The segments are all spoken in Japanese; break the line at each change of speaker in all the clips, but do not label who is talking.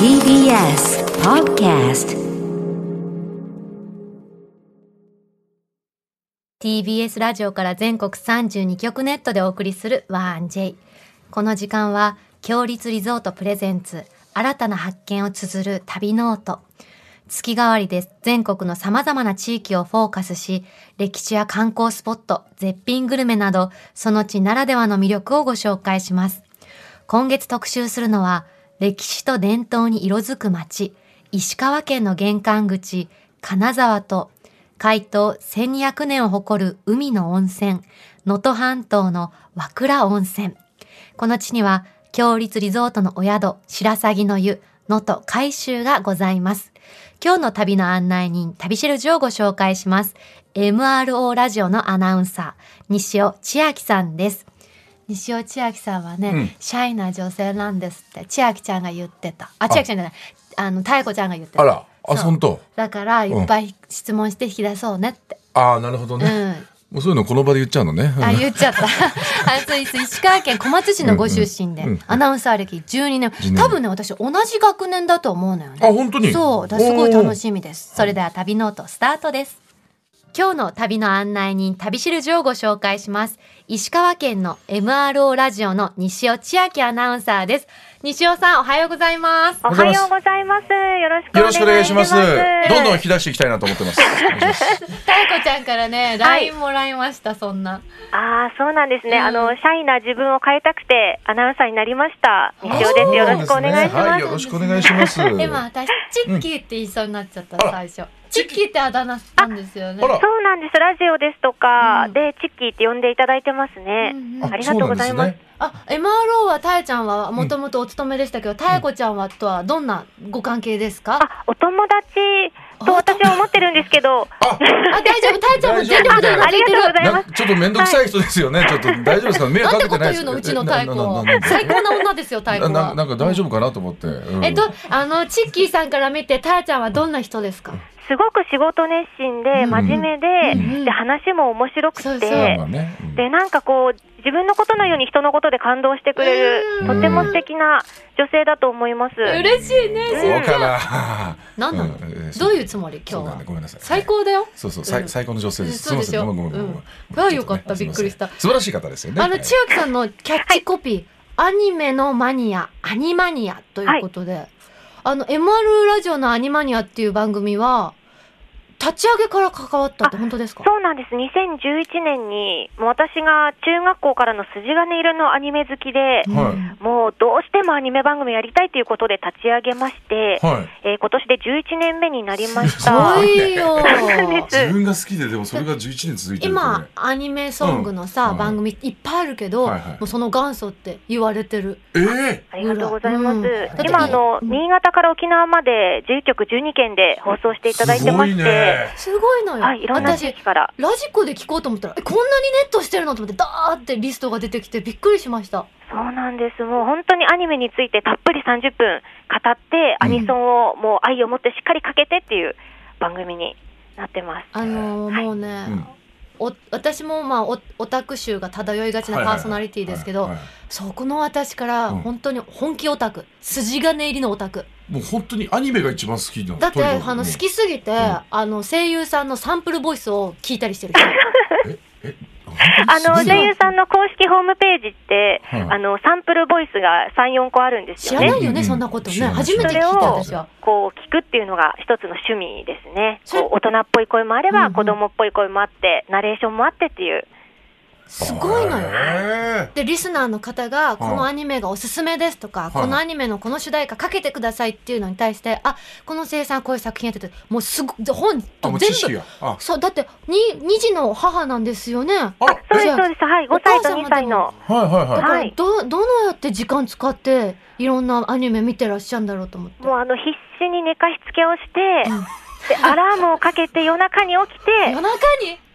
TBS Podcast
TBS ラジオから全国32局ネットでお送りする「ワン j この時間は「強立リゾートプレゼンツ新たな発見」を綴る旅ノート月替わりで全国の様々な地域をフォーカスし歴史や観光スポット絶品グルメなどその地ならではの魅力をご紹介します今月特集するのは歴史と伝統に色づく街石川県の玄関口金沢と開湯1200年を誇る海の温泉、能登半島の和倉温泉。この地には、強立リゾートのお宿、白鷺の湯、能登海舟がございます。今日の旅の案内人、旅しるじをご紹介します。MRO ラジオのアナウンサー、西尾千秋さんです。西尾千秋さんはね、
うん
シャイな女性なんですって、千秋ちゃんが言ってた。あ、千秋ちゃんじゃない。あの、太子ちゃんが言ってた。
あら、
そ
あ、
う
そんと。
だからいっぱい質問して引き出そうねって。
ああ、なるほど
うん。
ね。もうそういうのこの場で言っちゃうのね。
あ、言っちゃった。 あそうです石川県小松市のご出身で、
うんうんうん
アナウンサー歴12年。
12年
多分ね、私同じ学年だと思うのよね。
あ、本当に。
そう、だすごい楽
い。
しみです。それでは旅ノートスタートです。今日の旅の案内人、旅しるじをご紹介します。石川県の MRO ラジオの西尾千秋アナウンサーです。西尾さん、おはようございます。
おはようございます。よろしく
よろしく
お
お願
願
い
い
し
し
ま。
ますす。
どんどん引き出していきたいなと思ってます。
太子ちゃんからね、LINE もらいました、そんな。
ああ、そうなんですね。
うん
あの、シャイな自分を変えたくて、アナウンサーになりました。西尾です。よろしくお願いし
は
ま
い、
す。
よろしくお願い します。
今
あ
私チッキーって言いそうになっちゃった、
あら
最初チッキーってあだ名なんですよね
ら、
そうなんです。ラジオですとか、
うん
で、チッキーって呼んでいただいてますね。
うんうん
ありがとうございます。
そうなんでね
あ MRO はたえちゃんはもともとお勤めでしたけどたえこちゃんはとはどんなご関係ですか、
あ、お友達と私は思ってるんですけど、
あ、
あ大丈夫たえちゃんも全力でうな
あ
ずい
り
てる
がとうございま
な
す。
ちょっと面倒くさい人ですよね。ちょっと大丈夫ですか。迷
な
惑
ん
か
て
け
こと
てない
言
で
う
す。
のうちの太鼓
なななな
最高な女ですよ太
な
鼓
な
は
なんか大丈夫かなと思って。うん
えっとあのチッキーさんから見てたえちゃんはどんな人ですか、
すごく仕事熱心で、
うん
真面目で、
うん
で、話も面白くて、
そうそう
そうだねうん
で、なんかこう、自分のことのように人のことで感動してくれ
う
る、
ん
とても素敵な女性だと思います。
嬉しいね
そう
しおち
か
ゃん
な。
何なの、
うんえー
どういうつ
そ
もり
そ
今日
うなん
は
だごめんなさい。
最高だよ
そうそ
う
う、
ん
最最高の女性です。
そうですす
みま
よ
せん、ごめんごめん
う
ごめん
ん
ごめん。
あよかった
ちょとね
びっくりした
素晴らしい方ですよね。
あの
はい
千秋さんのキャッチコピー、アニメのマニアアニマニアということで、あの MR ラジオのアニマニアっていう番組は立ち上げから関わったって本当ですか
そうなんです。2011年に、もう私が中学校からの筋金入りのアニメ好きで、
うはい
ん
もうどうしてもアニメ番組やりたいということで立ち上げまして、
はい。
えー今年で11年目になりまし
すご
た。
いよ
自分が好きででもそれが11年続いてる
今
ね
アニメソングのさ、
うん
番組いっぱいあるけど、
はいはい
もうその元祖って言われてる
ええ
ありがとうございます。
うん
今、あの、
うん
新潟から沖縄まで11局12県で放送していただいてまして、
すごいのよ、
はい、いろんな
私
地域から。
ラジコで聞こうと思ったらえこんなにネットしてるのと思ってダーってリストが出てきてびっくりしました
そうなんです。もう本当にアニメについてたっぷり30分語って、アニソンをもう愛を持ってしっかりかけてっていう番組になってます。
あのーもうね、
うん
お私もまあおオタク臭が漂いがちなパーソナリティですけど、
はいはい
そこの私から
うん
本当に本気オタク、筋金入りのオタク
もう本当にアニメが一番好きなの
だって
とにかく
あの好きすぎて、
ん
あの声優さんのサンプルボイスを聞いたりしてる人
あ
本当
の
にすごい
声優さんの公式ホームページって、
はい
あのサンプルボイスが3、4個あるんです
知
よ
ら
ね
な。いよ
うんう
ね
ん
そんなこと
知
ね
らない
初めて聞いた
それを
私は
こう聞くっていうのが一つの趣味ですね。
それ
こう大人っぽい声もあれ
うん
ば、
うん
子供っぽい声もあって、ナレーションもあってっていう。
すごいのよ
へ
でリスナーの方がこの
はい
アニメがおすすめですとか、
い
このアニメのこの主題歌かけてくださいっていうのに対してあこの声優さんこういう作品やっててもうすご本
えあ
と
もう知識
全部
があ
そうだってに2児の母なんですよね
あら
そうで
じ
す、
ゃあ
そうです。はい。
お
5
母
歳
様
と
でも
2歳の。
はいはいは
だ
い
か
は
ら
い
どどのやって時間使っていろんなアニメ見てらっしゃるんだろうと思って
もうあの必死に寝かしつけをして
うん、
でアラームをかけて夜中に起きて
夜、中に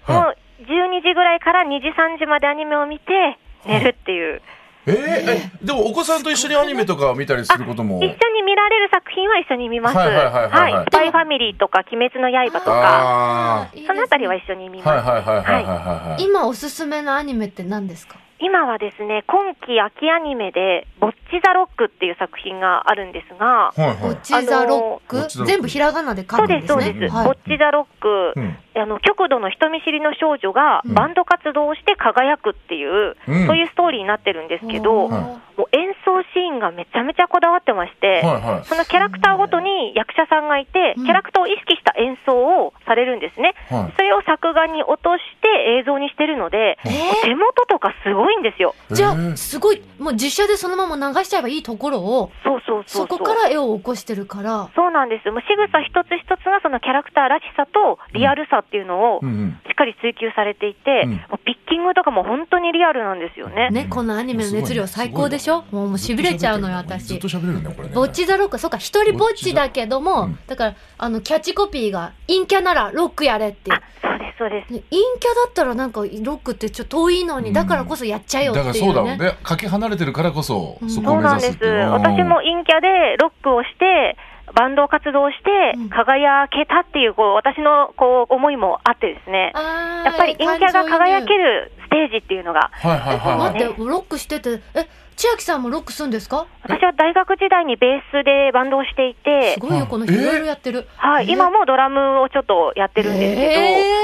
はい
もう12時ぐらいから2時、3時までアニメを見て、寝るっていう。
えーえでもお子さんと一緒にアニメとか見たりすることも
一緒に見られる作品は一緒に見ます。
はいはいはいはいはい
スパイファミリーとか、鬼滅の刃とか、
あ
いいです
そ
ね
のあたりは一緒に見
あはい
ます。
はいはいはいはいはいはい
今おすすめのアニメって何ですか
今はですね、今期秋アニメで、ボッチ・ザ・ロックっていう作品があるんですが、
はい
ボ
は
ッ
い。
チザロッ
あのーボッチザ
ク、
ロック
全部ひらがなで書
そ
く
うん
で
で
す
す、そう
ね。
です、
はい
ボッチ・ザ・ロック、
うん
あの極度の人見知りの少女が
うん
バンド活動をして輝くっていう、
うん
そういうストーリーになってるんですけど、
お
も
ー
は
う演奏シーンがめちゃめちゃこだわってまし
は
て、
いはい。
そのキャラクターごとに役者さんがいて、
うん
キャラクターを意識した演奏をされるんですね。
はい
それを作画に落として映像にしてるので、
え
手元とかすごいんですよ。
ー、じ
え
ゃあ
ー
すごいもう実写でそのまま流しちゃえばいいところを
そうそうそ
そう
そう。
こから絵を起こしてるから
そうなんです。もう仕草一つ一つがそのキャラクターらしさとリアルさっていうのを
うんうん。
しっかり追求されていて、
うん
もうピッキングとかも本当にリアルなんですよね。
ねこのアニメの熱量最高でしょもうもうしびれちゃうのよ
ずっ
私
と喋れるねこれね。
ぼっちザロックそうか一人ぼっちだけども、
ぼっち
だ
ザ
からあのキャッチコピーが陰キャならロックやれっていう
あ、そうです、そうです。
陰キャだったらなんかロックってちょっと遠いのに、
うん
だからこそやっちゃえよ
だ
っ
から
てい
そうだ
う
もん
ね
ね。かけ離れてるからこそ
うん
そこ
そ
を
う
目
なん
指す
で
っ
す
ていう。。
私も陰キャでロックをして、バンドを活動して
うん、
輝けたっていう、こう、私の、こう、思いもあってですね。
あー
やっぱり陰キャが輝けるステージっていうのが、
はいはいはいは
待
い
っ。てロックしててえ千秋さんもロックするんですか
私は大学時代にベースでバンドをしていて
す、ごいよこの人
え
いろいろやってる
はい、今もドラムをちょっとやってるんですけど、
え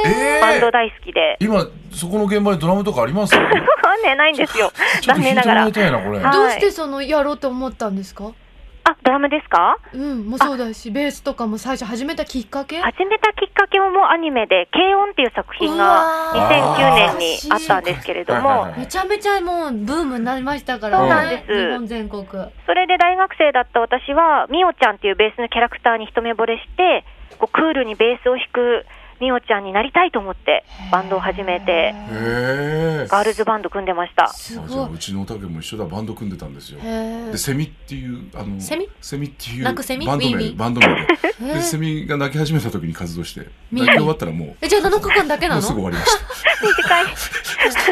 ー
えー
バンド大好きで。
今そこの現場にドラムとかあり ます？ちょっ
わかんねえないんですよ。
と
残
弾い
念
ても
なが
ら
ら
い。たいなこれ。
はい
どうしてそのやろうと思ったんですか
あ、ドラムですか
うんもうそうだしベースとかも最初始めたきっかけ
始めたきっかけももうアニメで、軽音っていう作品が
うわ
2009年に
ー
あったんですけれど
はいはい
も
はい、
めちゃめちゃもうブームになりましたからね
そうなん
です
日本全国
それで大学生だった私は、ミオちゃんっていうベースのキャラクターに一目惚れして、こうクールにベースを弾くミオちゃんになりたいと思って、バンドを始め
へ
て、
え。
ガールズバンド組んでま した。
す
あじゃ
ご
あ
いう
ちのおたけも一緒だバンド組んでたんですよ
へ。え
でセミっていうあの
セミ
っていうバ
鳴
ン
くセミ
ド
ウィーウ
名
ィー
バンド名
へ
ででセ
ー
ミが鳴き始めた時に活動して
ミ
鳴
ー
き終わったらも
えじゃあ7日間だけ
うも
な
うすぐ
の
終わりました。
短い。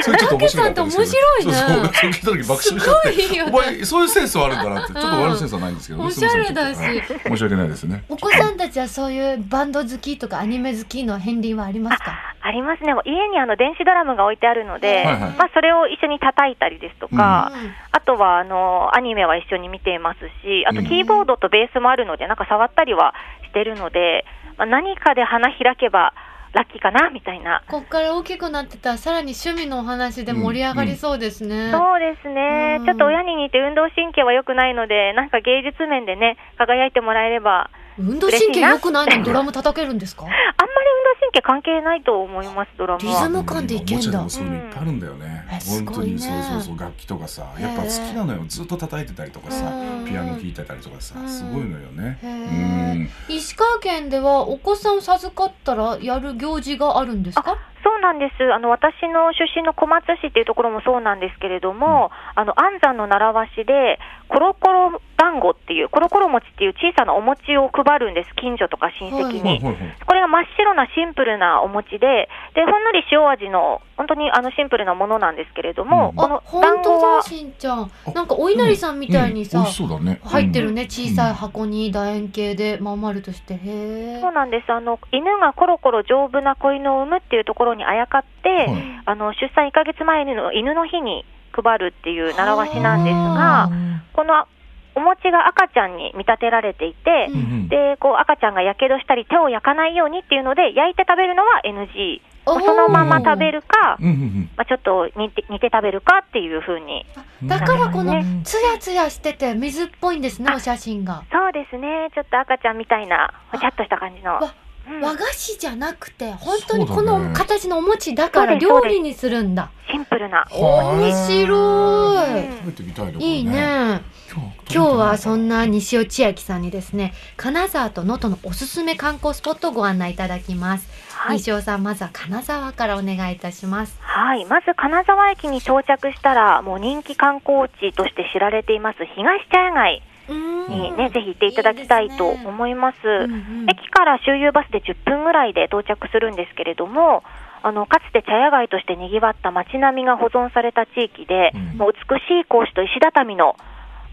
それちょっと面白かったんですけど。
ラケさんって面白いね
そうそう、それ聞いた時爆笑しちゃって。
すごいよね
お前、そういうセンスはあるんだなって、ちょっと我々のセンスはないんですけど。
うんおしゃれだし
すいませんちょっとはい申し訳ないですね。
お子さんたちはそういうバンド好きとかアニメ好きの片鱗はありますか
ありますね。家にあの電子ドラムが置いてあるので、
はいはい
まあそれを一緒に叩いたりですとか、
うん
あとはあのアニメは一緒に見ていますし、あと
うん
キーボードとベースもあるので、なんか触ったりはしてるので、まあ、何かで花開けばラッキーかなみたいな。
こっから大きくなってたらさらに趣味のお話で盛り上がりそうですね、
そうですね
う。ん
ちょっと親に似て運動神経は良くないので、なんか芸術面でね、輝いてもらえれば、
運動神経良くないのにドラム叩けるんですか
あんまり運動神経関係ないと思います、ドラム
リズ
は。
ム感でいけんだ
おもちゃでもそういうのいっぱいあるんだよね
うんえ。す
本
ご
当
いね
に、そうそうそう、楽器とかさ、やっぱ好きなのよ。ずっと叩いてたりとかさ
うん、
ピアノ弾いてたりとか
う
さ、
ん
すごいのよね。
へ
う
ー
ん。
石川県ではお子さんを授かったらやる行事があるんですか
そうなんです。あの、私の出身の小松市っていうところもそうなんですけれども、あの、安山の習わしで、コロコロ団子っていう、コロコロ餅っていう小さなお餅を配るんです、近所とか親戚に。
はいはいはい。
これが真っ白なシンプルなお餅で、で、ほんのり塩味の、本当にあのシンプルなものなんですけれども、
うん
こ
あ
の
本
団
当
子
だ
は、
しんちゃんなんかお稲荷さんみたいにさ、
うん美味しそうだね。
入ってる
ね。
ね小さい箱に楕円形でまん丸としてへえ
そうなんです。あの、犬がコロコロ丈夫な子犬を産むっていうところにあやかって、
はい
あの、出産1ヶ月前の犬の日に配るっていう習わしなんですが、このお餅が赤ちゃんに見立てられていて、
う
うんうん
でこう赤ちゃんがやけどしたり手を焼かないようにっていうので焼いて食べるのは NG、まあそのまま食べ
る
るか、
うんうん
まあ、ちょっと煮て煮て食べるかっていうふうに
うん
だからこの
うん
ツヤツヤしてて水っぽいんですねお写真が
そうですねちょっと赤ちゃんみたいなほちゃっとした感じの、
わ
うん
和菓子じゃなくて本当に
そう
こ
だね
の形のお餅だから料理にするんだ
シンプルな、
面白
う
い
ん
食べてみたいね。これ
いい。ね今日はそんな西尾千秋さんにですね金沢と能登のおすすめ観光スポットをご案内いただきます、
はい、
西尾さんまずは金沢からお願いいたします
はい、まず金沢駅に到着したらもう人気観光地として知られています東茶屋街にね、ぜひ行っていただきたいと思います。駅から周遊バスで10分ぐらいで到着するんですけれども、あのかつて茶屋街としてにぎわった街並みが保存された地域で、
うん
もう美しい格子と石畳の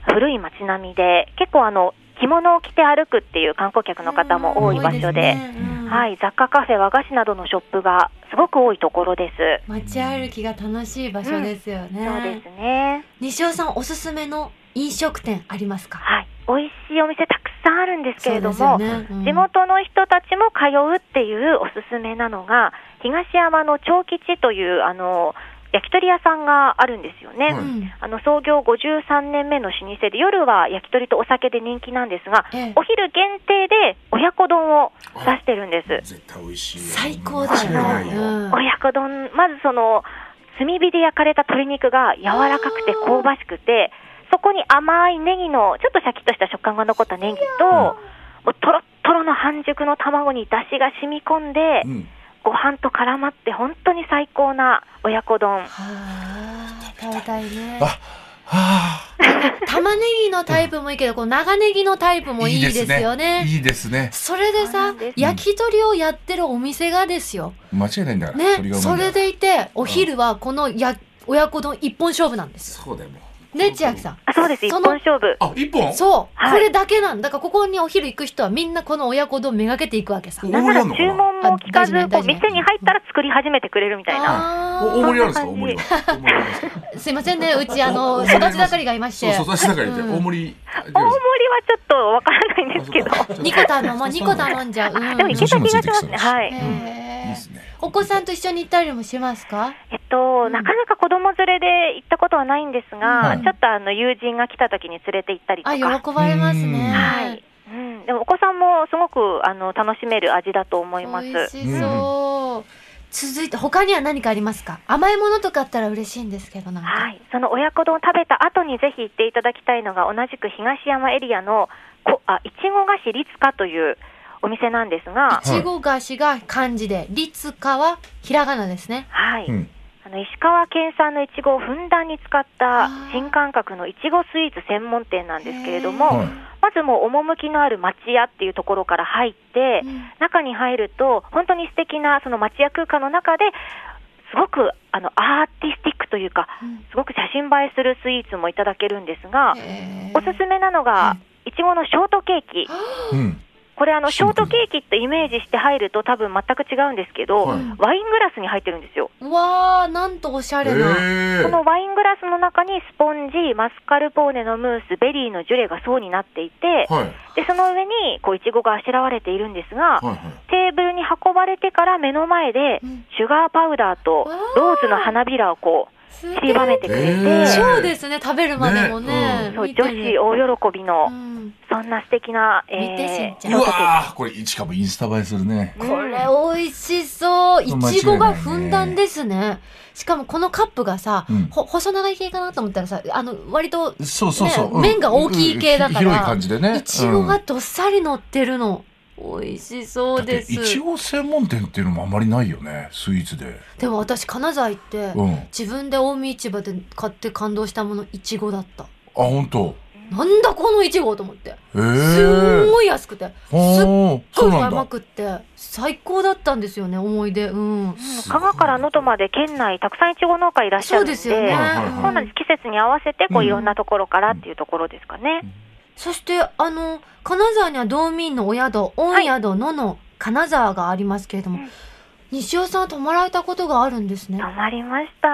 古い街並みで、結構あの着物を着て歩くっていう観光客の方も多い場所で、
うん
はい、雑貨カフェ、和菓子などのショップがすごく多いところです。
街歩きが楽しい場所ですよね。
そうですね。
西尾さんおすすめの飲食店ありますか
はい。美味しいお店たくさんあるんですけれど
そ
も、
うですよねうん
地元の人たちも通うっていうおすすめなのが、東山の長吉という、あの、焼き鳥屋さんがあるんですよね。
は
う
い
ん。
あの創業53年目の老舗で夜は焼き鳥とお酒で人気なんですが、
ええ
お昼限定で親子丼を出してるんです。
絶対美味しいよ
最高だよ
間違い
ね。
ないうよ
ん
親子丼、まずその炭火で焼かれた鶏肉が柔らかくて香ばしくて、そこに甘いネギのちょっとシャキッとした食感が残ったネギと、もうとろっとろの半熟の卵に出汁が染み込んで、
うん
ご飯と絡まって本当に最高な親子丼。
はあ、食べたいね。
あは
玉ねぎのタイプもいいけど、こう長ネギのタイプ
あ
もいいですよね。
いいですね
それで
そうな
さ
んです
焼き鳥をやってるお店がですよ。
間違いないんだから
ね
鳥が。うまい
そ
んだ
れでいて、お昼はこのや親子丼一本勝負なんですよ。
そうだよも
ね、千秋さん。
あそうです、一
そ
本
の
勝負。
あ一本
そう、
はい
これだけなんだからここにお昼行く人はみんなこの親子丼めがけていくわけさ
お。
なんなら
大盛り
注
あんのか
文も聞かず
あ大事ね、
こう
大事ね
店に入ったら作り始めてくれるみたいな。
な
あ
お大盛りあるんですか
そ
大 盛りは大盛
んな感じ
りあるんですか
すいませんね、うちあ
お
の
お
育ち盛りがいまし
そう
て。
そう私だから言って
うん
大盛り
大盛りはちょっとわからないんですけど。
ニコタンのもうニコタン飲んじゃう。うん
でもいけた気がしますね。は
へ
い。
いい
え
ですね
お子さんと一緒に行ったりもしますか。
えっと、なかなか子供連れで行ったことはないんですが、
はい
ちょっとあの友人が来た時に連れて行ったりと
あ、
か。
喜ばれますね。
うん
はい。うん、でもお子さんもすごくあの楽しめる味だと思います。
美味しそう。続いて他には何かありますか。甘いものとかあったら嬉しいんですけどなんか。
はい、その親子丼を食べた後にぜひ行っていただきたいのが同じく東山エリアのこあいちご菓子律かというお店なんですが
い、ちご菓子が漢字で、りつかはひらがなですね。
はい、
うん
あの石川県産のいちごをふんだんに使った
あー
新感覚のいちごスイーツ専門店なんですけれども、
はい
まずもう趣のある町屋っていうところから入って、
うん
中に入ると本当に素敵なその町屋空間の中ですごくあのアーティスティックというか
うん
すごく写真映えするスイーツもいただけるんですが、
へー
おすすめなのが、いちごのショートケーキ。
うん
これあの、シ
シ
ョ
ン
ー
プル
トケーキってイメージして入ると多分全く違うんですけど、
はい
ワイングラスに入ってるんですよ。
わあ、なんとおしゃれな。
え
このワイングラスの中にスポンジ、マスカルポーネのムース、ベリーのジュレが層になっていて、
はい
で、その上に、こう、いちごがあしらわれているんです
は
が、
いはい
テーブルに運ばれてから目の前で
うん、
シュガーパウダーと
わあ
ローズの花びらをこう、
す
散りばめてくれて、
えー
そ
そうですね、食べるまでもね。
ね
う
見て
女
る
子大喜びの、
うん
そんな素敵な、え
見てしん
ー、
ち
シ
ゃん
ョー
う
トケーキ
わーこれ一かもインスタ映えするね
うん
これ美味しそう。いちごがふんだんですね。しかもこのカップがさ、
うん
ほ細長い系かなと思ったらさ、あの、割と、
そうそうそう、
ね
うん
麺が大きい系だから
うん広い感じでね
いちご
う
が
ん
どっさり乗ってるの。美味しそう
だ
で
ってい
す
ち。ご専門店っていうのもあまりないよねスイーツで
でも私、金沢行って、
うんあ
自分で近江市場で買って感動したもの、いちごだった。
本当
なんだこのいちごと思って。
え
す
え
ん
ー、
ごい安くて、すっ
おーそ
ご
う
い
なん
甘
だ
くって、最高だったんですよね、思い出。うん。
すご
香
い
川から能登まで県内たくさんいちご農家いらっし
そ
ゃる
うん
で
ですよね。
はいはいはい
そうなんです季節に合わせて
う
こうんいろんなところからっていうところですかね、
そして、あの、金沢には道民のお宿、御宿のの金沢がありますけれども、
うん
西尾さんは泊まられたことがあるんですね。
泊まりました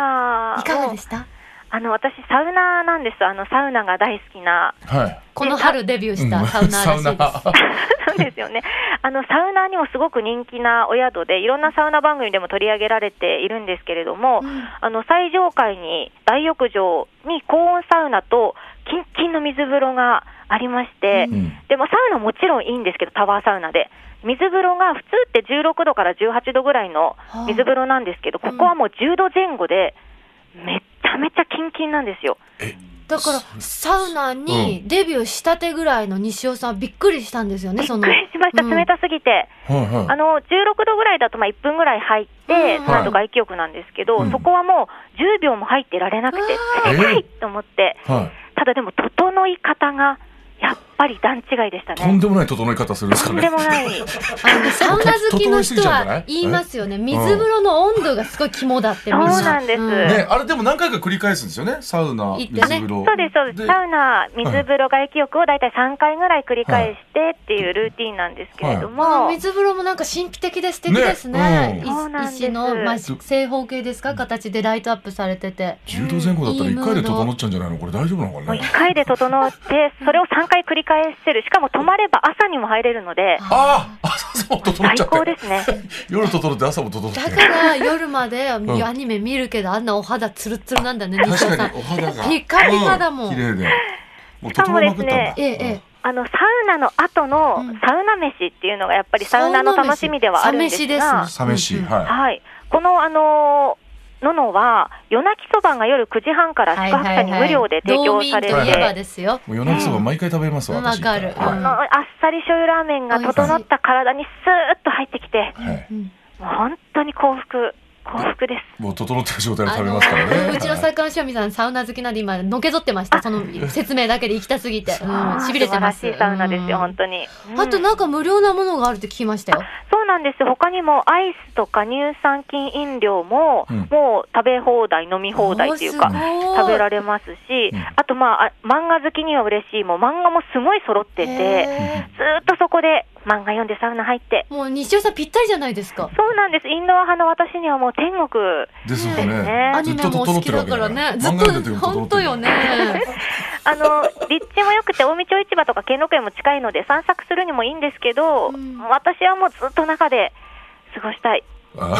いかがで
もう
した
あの私サウナーなんですあのサウナが大好きな
はい
この春デビューしたサウナーらしいです。
そうですよねあのサウナーにもすごく人気なお宿でいろんなサウナ番組でも取り上げられているんですけれども、
うん
あの最上階に大浴場に高温サウナとキンキンの水風呂がありまして、
うん
うん
でもサウナもちろんいいんですけど、タワーサウナで。水風呂が普通って16度から18度ぐらいの
あ
水風呂なんですけど、ここはもう10度前後で、めちゃめちゃキンキンなんですよ。
だから、サウナにデビューしたてぐらいの西尾さん、びっくりしたんですよね、そ
びっ
の。
くりしました、
うん
冷たすぎて。
はいはい
あの、16度ぐらいだとまあ1分ぐらい入って、
うん
その後外気浴なんですけど、
うん
そこはもう10秒も入ってられなくて
うわ、
ー
冷たいと思って、
はい
ただでも、整い方が、やっぱり段違いでした
とん
ね。
でもない整い方するんです
と
か
んで
ね
もない。
あのサウナ好きの人は言いますよね
ぎちゃうんじゃない
水風呂の温度がすごい肝だって
そう
みん
なんです。
ねあれでも何回か繰り返すんですよねサウ
行っ
ナ水
てね
風呂
そうです、そうです。サウナ、水風呂、外気浴をだいたい3回ぐらい繰り返してっていうルーティンなんですけれど
あの
も、
水風呂もなんか神秘的で素敵ですね。
ね
い
うんそうなんです
石の、まあ、正方形ですか形でライトアップされてて。
柔道前後だったら1回で整っちゃうんじゃないのこれ大丈夫なのか
もう
ね
1回で整って、それを3回繰り返せる。しかも泊まれば朝にも入れるので、
ああ朝も整っ
最
ちゃっ
高で
て
すね。
夜整って朝も整って
だから夜までア
ん
ニメ見るけど、あんなお肌ツルツルなんだね、西尾さ
確か
ん
にお。肌が
ピカピカだもん
う綺麗でもう
しか
整
も
い
で
ますく
ね
ったんだ
ええ、ええ。
あの、サウナの後の
うん
サウナ飯っていうのがやっぱりサウナの楽しみではあるんです
サ
が
飯、
サメシ
うん
はい
はい。この、あのー、ののは、夜泣きそばが夜9時半から宿泊者に無料で提供されて、
道民といえばですよ。
もう夜泣きそば毎回食べますわ
うん
私
わかる
こ
は
のあっさり醤油ラーメンが整った体にスーッと入ってきて、
いはい
うん
もう本当に幸福、幸福です。
もう整ってる状態で
あ
食べ
の
ますからね
うちの作家の塩見さん、サウナ好きなんで今、のけぞってました。その説明だけで行きたすぎて。うん、しびれてます。
素晴らしいサウナですよ、本当に。うん
あとなんか無料なものがあるって聞きましたよ。
そうなんです。他にもアイスとか乳酸菌飲料も、
うん
もう食べ放題、飲み放題っていう
お
か、
ーすごい
食べられますし、
うん
あとまあ、あ漫画好きには嬉しい、もう漫画もすごい揃ってて、
へ
ずーっとそこで漫画読んでサウナ入って、
ーもう西尾さんぴったりじゃないですか。
そうなんです。インドア派の私にはもう天国
ですよ
です
ね
ね
アニメもお好きだからね。ず
ず
っ
っと
と
整ってるわけだから漫画に出てると整
本
って
当
る
よね。
あの立地も良くて、近江町市場とか兼六園も近いので、散策するにもいいんですけど、
うん
私はもうずっと中で過ごしたい、
あ
な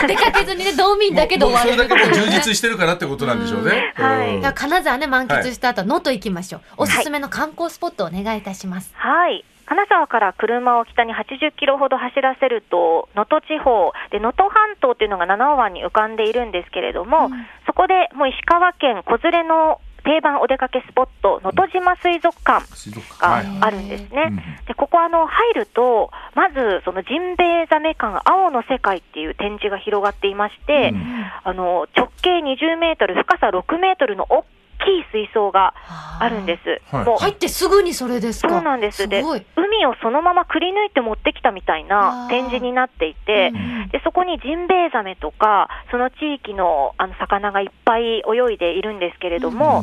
か出かけずにね、道民だけで終われる
もう
って
そ
い
れ
う
だ
ね
けもう充実してるからってことなんでしょうね。
うんはい
うん
だから金沢ね満喫した後、能登行きましょう。おすすめの観光スポットお願いいたします。
はい、金沢から車を北に80キロほど走らせると、能登地方で、能登半島っていうのが七尾湾に浮かんでいるんですけれども、そこでもう石川県子連れの定番お出かけスポット、能登島水族館
水族館
が
はい
あるんですね。
うん
でここあの入ると、まずそのジンベエザメ館青の世界っていう展示が広がっていまして、
うん
あの直径20メートル、深さ6メートルの大きい水槽があ
あ。
るんですす。
はい
もう
入ってすぐにそれですか。
そうなんです
す
で
ごい。
海をそのままくり抜いて持ってきたみたい
あ
な
ー
展示になっていて
うん、うん
でそこにジンベエザメとか、その地域のあの魚がいっぱい泳いでいるんですけれども、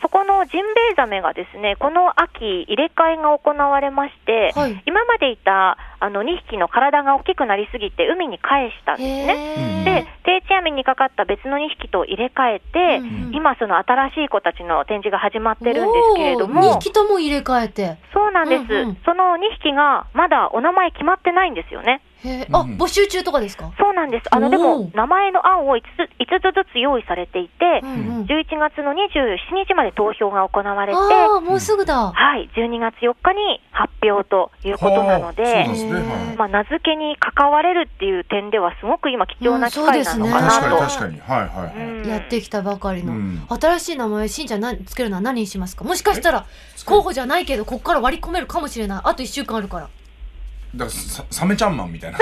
そこのジンベエザメがですねこの秋、入れ替えが行われまして、
はい
今までいたあの2匹の体が大きくなりすぎて、海に返したんです
へ
ね。
ー
で、定置網にかかった別の2匹と入れ替えて、
うんうん
今、その新しい子たちの展示が始まってるんですけれど
おー
も
二、匹とも入れ替えて。
そうなんです、
うんうん
その2匹がまだお名前決まってないんですよね。
へーあ、
うん
募集中とかですか。
そうなんです。あ
お
の、
ー
でも、名前の案を5つ ,5 つずつ用意されていて、
うんうん。
11月の27日まで投票が行われて、
ああもうすぐだ。
はい、12月4日に発表ということなの
はあ
で
そうなん、ですねはい
まあ、名付けに関われるっていう点では、すごく今、貴重な機会なのか
確
な
か
と。
に確かにはいはいはい。
うん
やってきたばかりの、
うん
新しい名前しんちゃんなつけるのは何にしますかもしかしたら候補じゃないけどここから割り込めるかもしれないあと1週間あるから
だからササメちゃんマンみ たいな。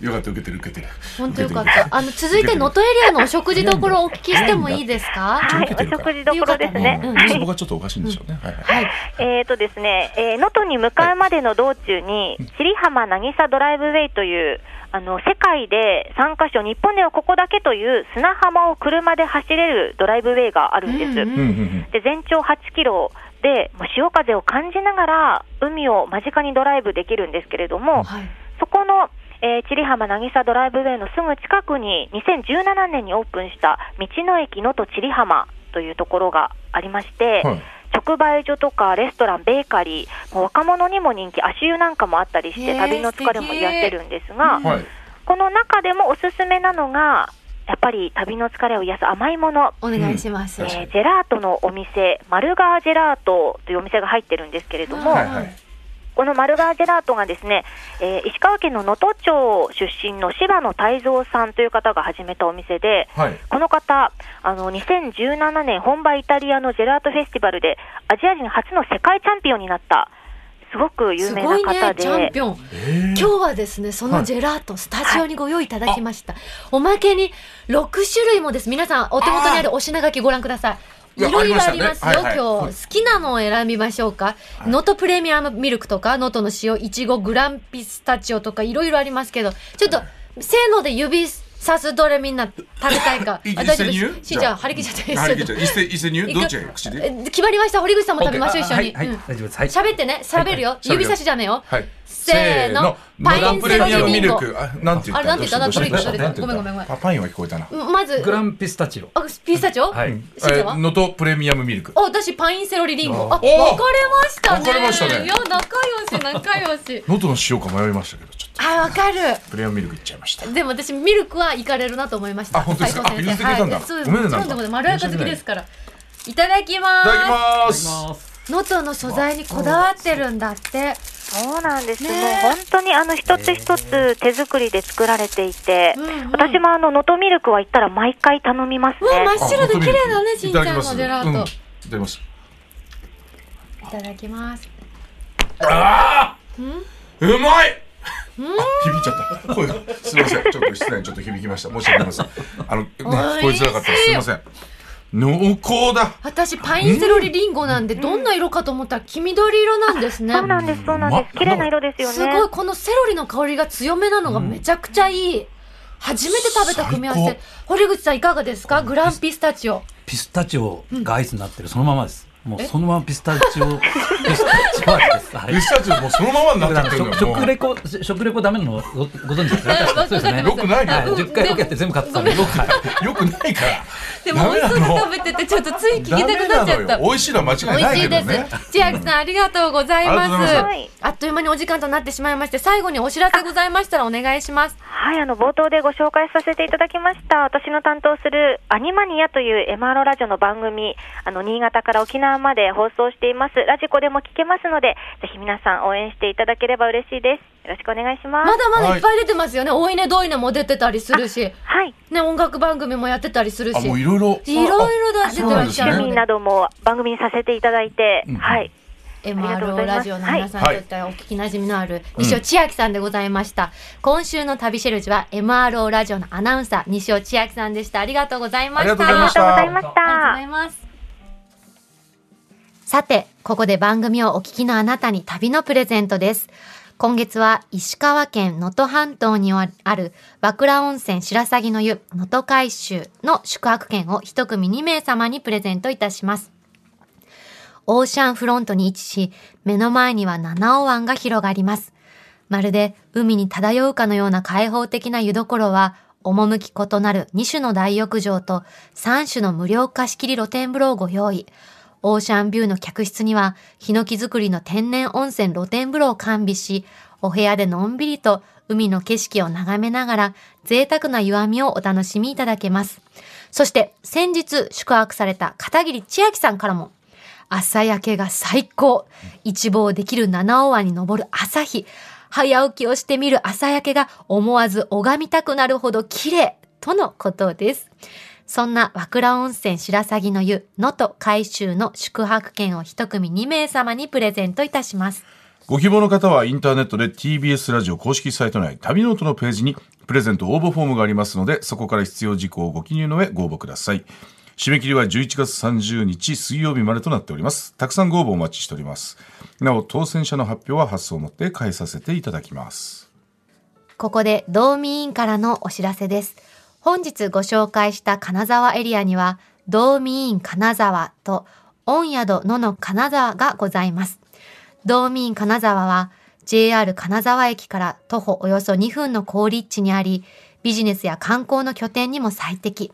よかった受けてる受けてる。
本当よかったあの続いて能登エリアのお食事どころをお聞きしてもいいですか
はい、
受け
お
てるから
食事どころですね。
うんそこがちょっとおかしいんでしょうね。はいはい。
はい
えーとですね、えー能登に向かうまでの道中に、千里浜渚ドライブウェイという、あの、世界で3カ所、日本ではここだけという砂浜を車で走れるドライブウェイがあるんです。
うんうん
うんうんうん。
で、全長8キロで、もう潮風を感じながら、海を間近にドライブできるんですけれども、
はい
そこの、えー、千里浜渚ドライブウェイのすぐ近くに、2017年にオープンした、道の駅能登千里浜というところがありまして、
はい。
直売所とかレストラン、ベーカリー、もう若者にも人気、足湯なんかもあったりし
へー
て、旅の疲れも癒せるんですが、
素敵
はい。
この中でもおすすめなのが、やっぱり旅の疲れを癒す甘いもの、
お願いします、
え
うん
ージェラートのお店、マルガージェラートというお店が入ってるんですけれども、
はいはい。
このマルガージェラートがですね、えー石川県の能登町出身の柴野泰造さんという方が始めたお店で、
はい。
この方、あの2017年本場イタリアのジェラートフェスティバルでアジア人初の世界チャンピオンになったすごく有
す
名
ご
ない
ね
方で、
チャンピオン今
え
日はですねそのジェラート、スタジオにご用意いただきました、おまけに6種類もです皆さんお手元にあるお品書きご覧くださいいろいろありますよ、
いやありましたねはい
今
は
日。好きなのを選びましょうか。能、登、プレミアムミルクとか、能登の塩、いちご、グランピスタチオとか、いろいろありますけど、ちょっと、せーので指さすどれみんな食べたいか
。い
あ大丈
一斉に言う
夫ですしんちゃん、張り切っちゃっていい
張り切っ ちゃ
っ
う一斉一斉に言う
いく
どっちがいい口で
決まりました。堀口さんも食べましょう、
オッ
一
ケー
緒に。
はいはい
うん
大丈夫です。はい。
喋ってね、喋るよ。
喋るよ
指差しダメよ。
はい
せーの
パインプレミアムミル
パインセロリリン
クあなんて言っ
あ
た
なんて言った
どうし
なんて言った
どうし
ごめんごめんごめん
パパインは聞こえたな
まず、
グランピスタチオ。
あピスタチオ、
はい。
うん
しんちゃんは
えのとプレミアムミルク
あ私パインセロリリンゴ。あ、分
あ
かれましたね。
分かれましたね。
いや、仲良し、仲良し
能登の塩か迷いましたけどちょっ
あ、分かる。
とプレミアムミルクいっちゃいました
でも私、ミルクはいかれるなと思いました。
あ本当ですか
斉藤先生
あ譲ってくれたんだ
はい、そうです。
ごめんね
もちろ
なんん
で
か
もね、まろやか好きですから。いただきます。
いただきます
ます。
能登の素材にこだわってるんだって。
そうなんです、
ね
もう本当にあの一つ一つ手作りで作られていて、
うんうん
私もあの能登ミルクは行ったら毎回頼みます
うわ、
ね。
真っ白で綺麗だね、しんちゃん
いただきま
の
す
ジェラート。
うんいただきます
いただきます。
ああうまいあ響いちゃった声がすみませんちょっと失礼ちょっと響きました申し訳ありませんあのね聞こえづらかったらすみません濃厚だ
私、パインセロリリンゴなんで、どんな色かと思ったら黄緑色なんですね。
そうなんです、そうなんです。
ま
綺麗な色ですよね。
すごいこのセロリの香りが強めなのがめちゃくちゃいい、初めて食べた組み合わ
最
せ
高
堀口さんいかがですかグランピスタチオ
ピスタチオがアイスになってるそのままです。もうそのままピスタ チオ、ピスタチオアイスです。は
ピ
い。
スタチオもうそのままになってってるん
食
だ
食
よ
レコ食レコダメなのごご存知ですか
えわかってます
そうですね。
よくないよ
はい
うん
10回ロケやって全部買ってたんで。はい
よくないから
でも美味しそう
ダメ
に
な
食べててちょっとつい聞きた
ダ
く
メ
な
な
っちゃ
の
った
よ美味しいのは間違い
美
な
味
い
し
け
い
ど
です、
ね
千秋さんありがとうござい
ありがとう
ま
ご
す
ざい
ます
あっという間にお時間となってしまいまして最後にお知らせございましたらお願いします
はい、あの、冒頭でご紹介させていただきました、私の担当するアニマニアという MRO ラジオの番組、あの、新潟から沖縄まで放送しています。ラジコでも聞けますので、ぜひ皆さん応援していただければ嬉しいです。よろしくお願いします。
まだまだいっぱい出てますよね、おいねどいねも出てたりするし
はい。
ね音楽番組もやってたりする
あ
し
もういろいろ
いろいろ出てらっしゃる
そ
の
う
趣
で
味なども番組にさせていただいて、
うん
はい。ありがと
MRO
うございます
ラジオの皆さんに
はい
とってはお聞きなじみのある西尾千秋さんでございました、今週の旅シェルジュは MRO ラジオのアナウンサー西尾千秋さんでしたありがとうございました
ありがとうございまし
ありがと
た
うございま
ありがとう
した
ござ。いますさてここで番組をお聞きのあなたに旅のプレゼントです今月は石川県能登半島にある和倉温泉白鷺の湯能登海舟の宿泊券を一組2名様にプレゼントいたしますオーシャンフロントに位置し、目の前には七尾湾が広がります。まるで海に漂うかのような開放的な湯どころは、趣異なる2種の大浴場と3種の無料貸し切り露天風呂をご用意。オーシャンビューの客室には、ヒノキ作りの天然温泉露天風呂を完備し、お部屋でのんびりと海の景色を眺めながら、贅沢な湯あみをお楽しみいただけます。そして、先日宿泊された片桐千秋さんからも、朝焼けが最高。一望できる七尾湾に登る朝日。早起きをしてみる朝焼けが思わず拝みたくなるほど綺麗とのことです。そんな和倉温泉白鷺の湯、能登海舟の宿泊券を一組2名様にプレゼントいたします。
ご希望の方はインターネットで TBS ラジオ公式サイト内旅ノートのページにプレゼント応募フォームがありますのでそこから必要事項をご記入の上ご応募ください締め切りは11月30日水曜日までとなっておりますたくさんご応募お待ちしておりますなお当選者の発表は発送をもって返させていただきます
ここで道民委員からのお知らせです。本日ご紹介した金沢エリアには、道民委員金沢と、御宿野の金沢がございます。道民委員金沢は、JR 金沢駅から徒歩およそ2分の好立地にあり、ビジネスや観光の拠点にも最適。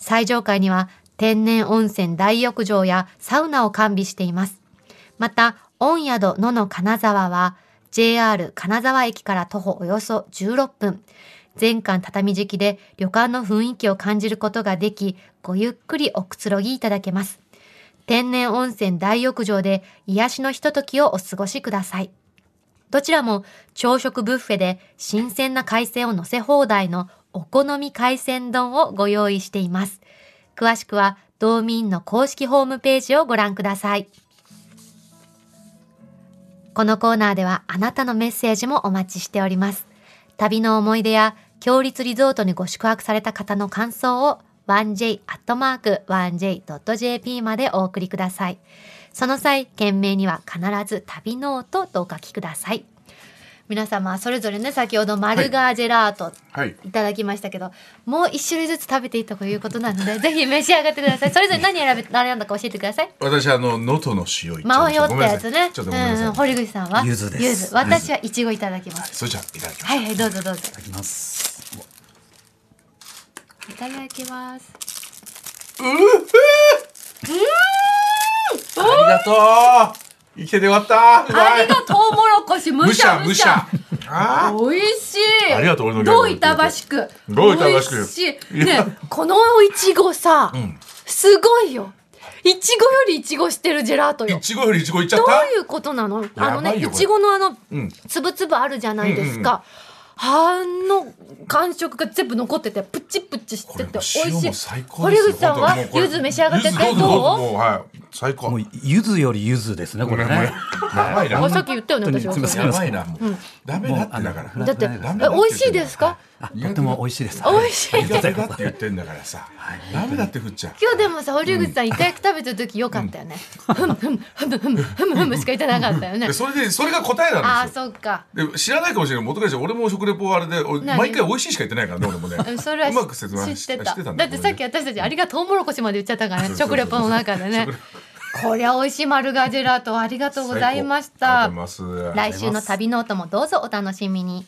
最上階には、天然温泉大浴場やサウナを完備しています。また、御宿野の金沢は、JR 金沢駅から徒歩およそ16分。全館畳敷きで旅館の雰囲気を感じることができ、ごゆっくりおくつろぎいただけます。天然温泉大浴場で癒しのひとときをお過ごしください。どちらも朝食ブッフェで新鮮な海鮮を乗せ放題のお好み海鮮丼をご用意しています。詳しくは道民の公式ホームページをご覧ください。このコーナーではあなたのメッセージもお待ちしております。旅の思い出や、強立リゾートにご宿泊された方の感想を、 1j.1j.jp までお送りください。その際、件名には必ず旅ノートとお書きください。皆様、それぞれね、先ほどマルガージェラート、
はい。
いただきましたけど、もう一種類ずつ食べていったということなので、ぜひ召し上がってください。それぞれ何選べ、選んだか教えてください。
私、あの、能登の塩いっち
魔
ゃ
法
いまし
よ
た
ってやつね。
ちょっとごめんなさい。
うんうん堀口さんは
柚子です
柚子私はイチゴいただきます。
それじゃあ、いただきます。
はいはい、どうぞどうぞ。
ただきます。
いただきます。
ありがとう生きててよかったうま
あ
い
れがトウモロコシむ
む
し
し
ゃ
ゃ
む
む
し
し
ゃ
ゃ。あ
美味しい。
ありがとう俺のギャグ
どういたばしく。
どういたばしく
美味しい。
いや
ね、このいちごさ、すごいよ。いちごよりいちごしてるジェラート
あ
よ
い。ちごよりいちごいっちゃっ
ど
た
ういうことなのあの
やば
ね
いよ
い
これ
ちごのあの
うん
つぶつぶあるじゃないですか、あの感触が全部残っててプチプチし
こ
て
れ
て
も
美味
塩
しい
も最高ですよ
堀口さんは
本当にもうこれ
柚子召し上がってて
柚子
どう
ぞもうはい最高
もう柚子より柚子ですねこ
これ
れ
もう
ね。
やばいな
あさっき言ったよね
本当
私
に
は
すみ
や
ません
ばいなもうダメだってだか
もうあの
ら
だってえ
ダメ
だよ
美味しいですか
あとても美味しいです。
美味しい
ありが
ダメ
とうご
だ
ざ
って
います
言ってんだからさダメだってふっちゃん
今日でもさ堀口さんイカ焼き食べてる時よかったよね、ふむふむふむふむふむふむしか言ってなかったよね
でそれでそれが答えな
あ
ん
あ
ですよ
そっか
で知らないかもしれない元彼氏俺も食レポあれで俺
何
毎回美味しいしか言ってないからね俺もね
うんそれは
うまく説明し
知って
したてたん
だってさっき
こ
私たちありがとうもろこしまで言っちゃったからね
そうそ
食
うそう
レポの中でね こりゃ美味しいマルガジェラートありがとう
れ
ご
ね
ざいました
最高ありがとうございます
来週の旅ノートもどうぞお楽しみに